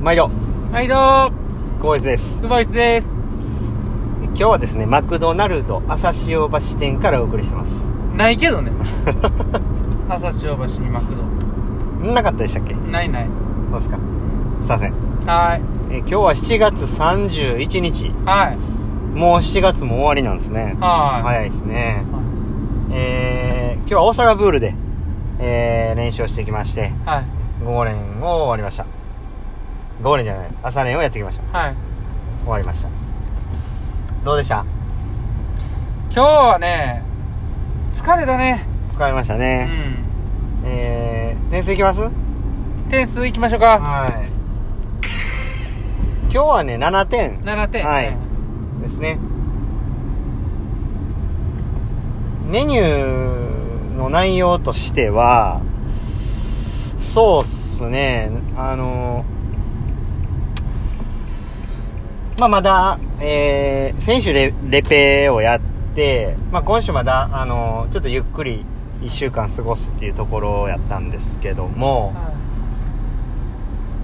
毎度、毎度、ゴーエスです。クボイスです。今日はですね、マクドナルド朝潮橋店からお送りしてます。ないけど ね。朝潮橋にマクなかったでしたっけド。ないない。そうですかすいません。はえ今日は7月31日。い。はい。もう7月も終わりなんですね。はい早いですね。えー、今日は大阪ブールで、えー、練習をしてきまして、はい。 5連を終わりました。5連じゃない、朝練をやってきました。はい。終わりました。どうでした今日はね、疲れたね。疲れましたうね。ん。えー、点数いきます点数いきましょうか。はい。今日はね、7点7点。はいですね。メニューの内容としては、そうっすね、あの、まあ、まだ、えー、先週レ、レペをやって、まあ、今週まだ、あの、ちょっとゆっくり1週間過ごすっていうところやったんですけども、は。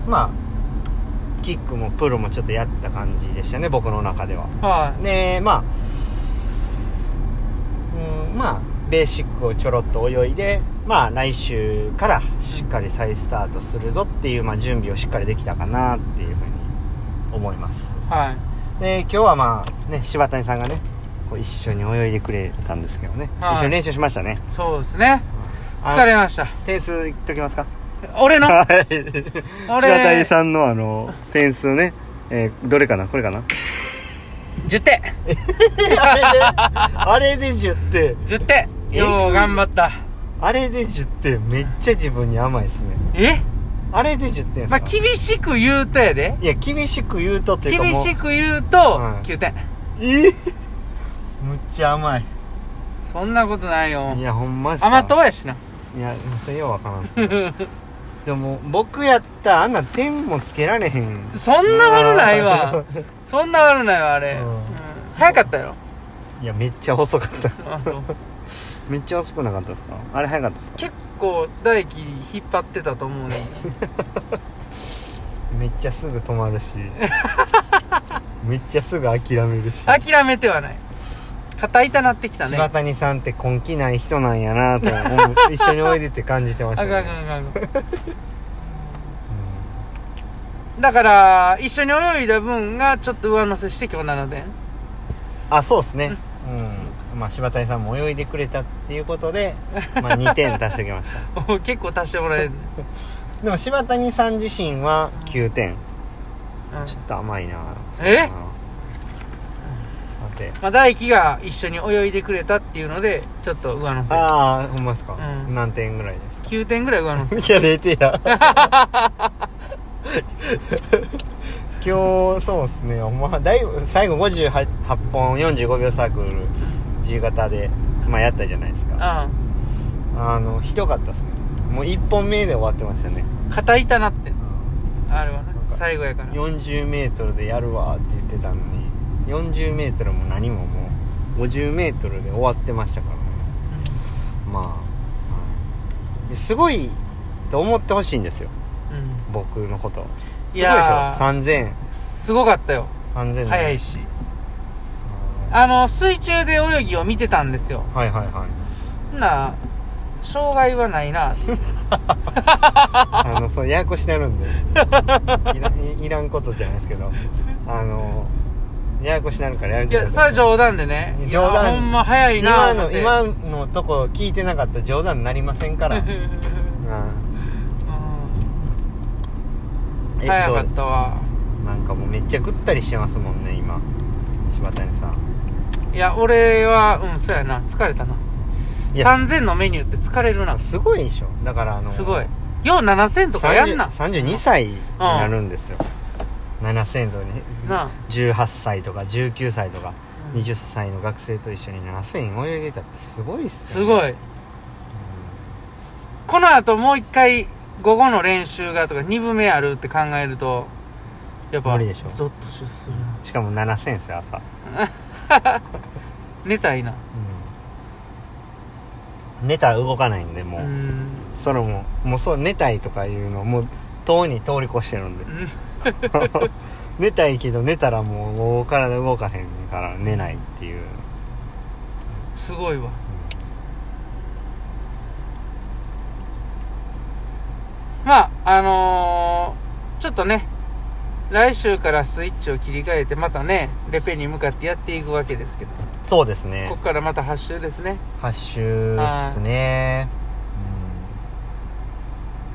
まあキックもプロもちょっとやった感じでしたね僕の中ではいはい。でまあうんまあベーシックをちょろっと泳いでまあ来週からしっかり再スタートするぞっていう、まあ、準備をしっかりできたかなっていうふうに思いますはい。で今日はまあね柴谷さんがねこう一緒に泳いでくれたんですけどね、はい一緒に練習しましたねそうですね。あ疲れました。点数いっときますか俺の、はい。あれ白谷さんのあの、点数ね。えーどれかなこれかな10点。あれで、 あれで10点。 10点。えよう頑張った。あれで10点、めっちゃ自分に甘いですね。えあれで10点ですまあ、か、厳しく言うとやで。いや、厳しく言うとっていうか厳もう。しく。く言うと、うん9点。えーむっちゃ甘い。そんなことないよい。や、ほんまっすか甘党やしな。いや、それようわからんっすけどでも、僕やったらあんな点もつけられへん。そんな悪ないわ。そんな悪ないわ、あれ。ううんん早かったよ。 いや、めっちゃ遅かった。あそうめっちゃ遅くなかったですかあれ早かったですか結構、唾液引っ張ってたと思 うね。めっちゃすぐ止まる しめっちゃすぐ諦めるし諦めてはない。肩痛なってきたね。柴あ谷さんって根気ない人なんやなと思 う一緒においでて感じてましたかねんあかんあかんあかん。だから、一緒に泳いだ分がちょっと上乗せして今日7点。うんあそうですねうんまあ柴谷さんも泳いでくれたっていうこと で、まあ、2点足しておきましたおう結構足してもらえる。でも柴谷さん自身は9点うんちょっと甘いなえそうだな待ってまあ、唾液が一緒に泳いでくれたっていうので、ちょっと上乗せ。ああほんまですか、うん何点ぐらいですか9点ぐらい上乗せ。いや、0点や。 今日、そうっすね。ほんまあ、だいぶ、最後58本45秒サークル、自由形で、まあ、やったじゃないですうか。ん。あの、ひどかったっすね。もう1本目で終わってましたね。肩痛なってん。あれはななんか最後やから。 40メートルでやるわって言ってたのに、40メートルも何ももう、50メートルで終わってましたからね。まあはい、すごいと思ってほしいんですよ。うん。僕のことすごいでいしょやー3000すごかったよ。 3000早いし。ああの、水中で泳ぎを見てたんですよ。ーはいはいはいなあ、障害はないな。あのそうややこしなる んでいらいいらんことじゃないですけどあのややこしなるからやめいてくや、だそれさいは冗談でね。いや冗談ほんま早い今な思っのて。今のとこ聞いてなかったら冗談になりません から、うん、うんえっ早かとったわ。なんかもうめっちゃぐったりしてますもんね今柴谷さんいや、俺は、うん、そうやな。疲れたな。いや3000のメニューって疲れるな。すすごいでしょだからあのごい。よう7000とかやんな。 30 32歳になるんですよ、7000とねなあ。 18歳とか19歳とかうん20歳の学生と一緒に7000泳いでたってすごいっすすよ、ね、ごい。この後もう一回、午後の練習がとか、二部目あるって考えると、やっぱ、無理でしょゾッとするな。しかも7000ですよ朝、寝たいな。寝たら動かないんでもうう、ん。それももうそう寝たいとかいうのもうとうに通り越してるんでう ん寝たいけど寝たらもう体動かへんから寝ないっていう、すごいわまああのーちょっとね来週からスイッチを切り替えてまたねレペに向かってやっていくわけですけどそうですねここからまた8周ですね発臭っすね、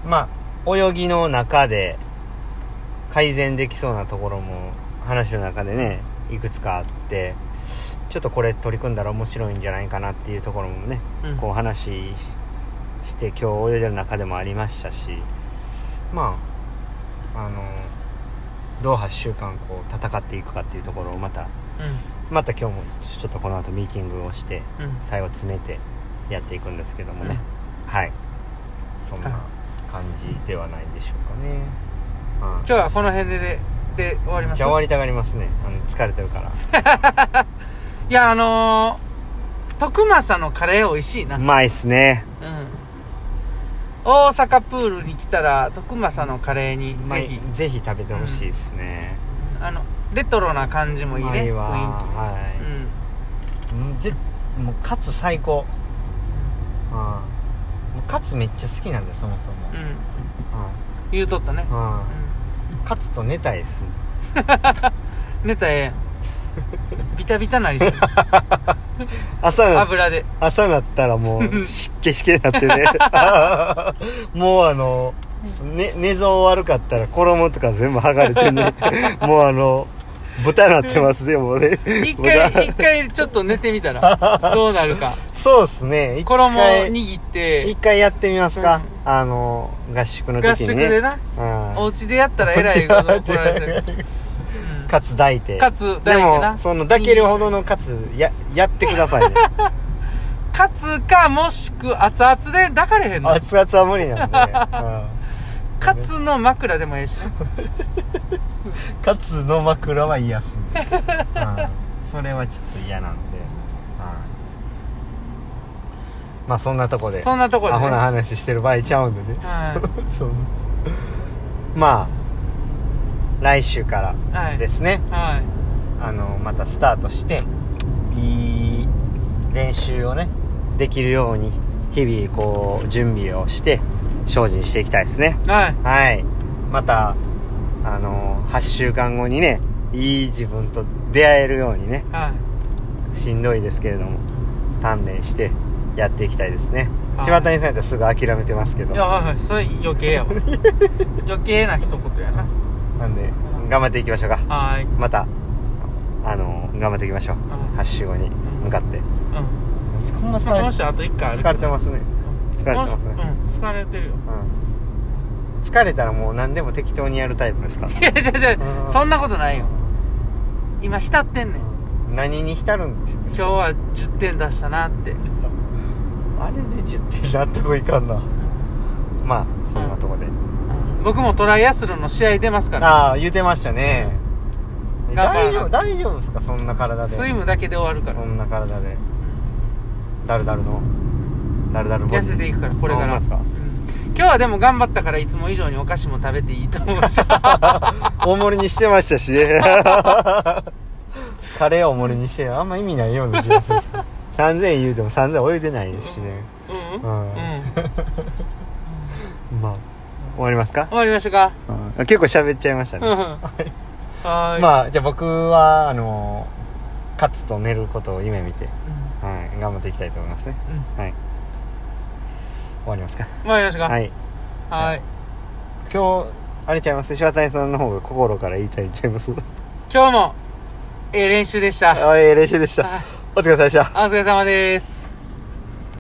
うん、まあ泳ぎの中で改善できそうなところも話の中でねいくつかあってちょっとこれ取り組んだら面白いんじゃないかなっていうところもね、うんこう話しして今日泳いでる中でもありましたしまああのどう8週間こう戦っていくかっていうところをまたまた今日もちょっとこの後ミーティングをしてうんうん最後詰めてやっていくんですけどもね、はいそんな感じではないでしょうかね、うん今日はこの辺ででで終わりめまっすちゃ終わりたがりますねあの疲れてるからいやあのー、徳政のカレー美味しいな、うまいっすねうん大阪プールに来たら徳政のカレーにうまぜいひぜひ食べてほしいですね、あのレトロな感じもいいうまねいわ雰囲気はうんい、うん、ぜもうカツ最高うんもうカツめっちゃ好きなんでそもそも、ううんん言うとったね、うんうカツと寝たいっすもんん、寝たらえ えやんビタビタなりそう朝の 油で朝なったらもう湿気湿気になって ねもうあの、ね、寝相悪かったら衣とか全部剥がれて ねもうあの豚なってますねもうね一回豚一回ちょっと寝てみたらどうなるかそうっすね一衣回一握って回やってみますか、あの合宿の合時宿にでねなうんお家でやったらえらいこと怒られて る、うんカツ抱いてカツ抱いてでなもその抱けるほどのカツややってください ねカツかもしく熱々で抱かれへんの熱々は無理なんで、うんカツの枕でもええしなカツの枕は嫌っすね、 うんそれはちょっと嫌なんで、うんまあそんなとこでそんなとこでアホなね話してる場合ちゃうんでね、はそんなまあ来週かはらいですね、いはいあのまたスタートしていい練習をねできるように日々こう準備をして精進していきたいですねはいはい。また、あの8週間後にね、いい自分と出会えるようにね、はいしんどいですけれども、鍛錬してやっていきたいですね。はい柴谷さんやったらすぐ諦めてますけどいや、、はいはい、それ余計 やわ。余計な一言やな。なんで、頑張っていきましょうか。はーい。また、あの頑張っていきましょう。うん8週後に向かって。うん。ほんまこの人あと一回ある疲れてますね。疲れてますうんね。、疲れてるよ。 うん疲れたらもう何でも適当にやるタイプですかいや、違う違うう、んそんなことないよ。今浸ってんねん。何に浸るんです今日は10点出したなって。あれで10点納得いかんなまあそんなとこで、僕もトライアスロンの試合出ますから。ああ言うてましたね、え頑張ら大な丈夫大丈夫ですかそんな体でスイムだけで終わるかそら。んな体でだるだるのだるだるボディ痩せていくから、これかあら。ほんまっうん今日はでも頑張ったからいつも以上にお菓子も食べていいと思うし。す か大盛りにしてました しねカレーを大盛りにしてあんま意味ないような気がします3000円言うても3000円泳いでないしねうんううんん。終 まあ終わりますか、わりましたかうん結構喋っちゃいましたね、うん。はーい。あ。まあじゃあ僕はあのカツと寝ることを夢見て、はい、頑張っていきたいと思いますねうん。はい終わりますか終わりましたかはいはい。今日あれちゃいます柴谷さんの方が心から言いたいんちゃいます今日も、ええ練習でした。あええ練習でしたはいお疲れ様でしたお疲れ様です。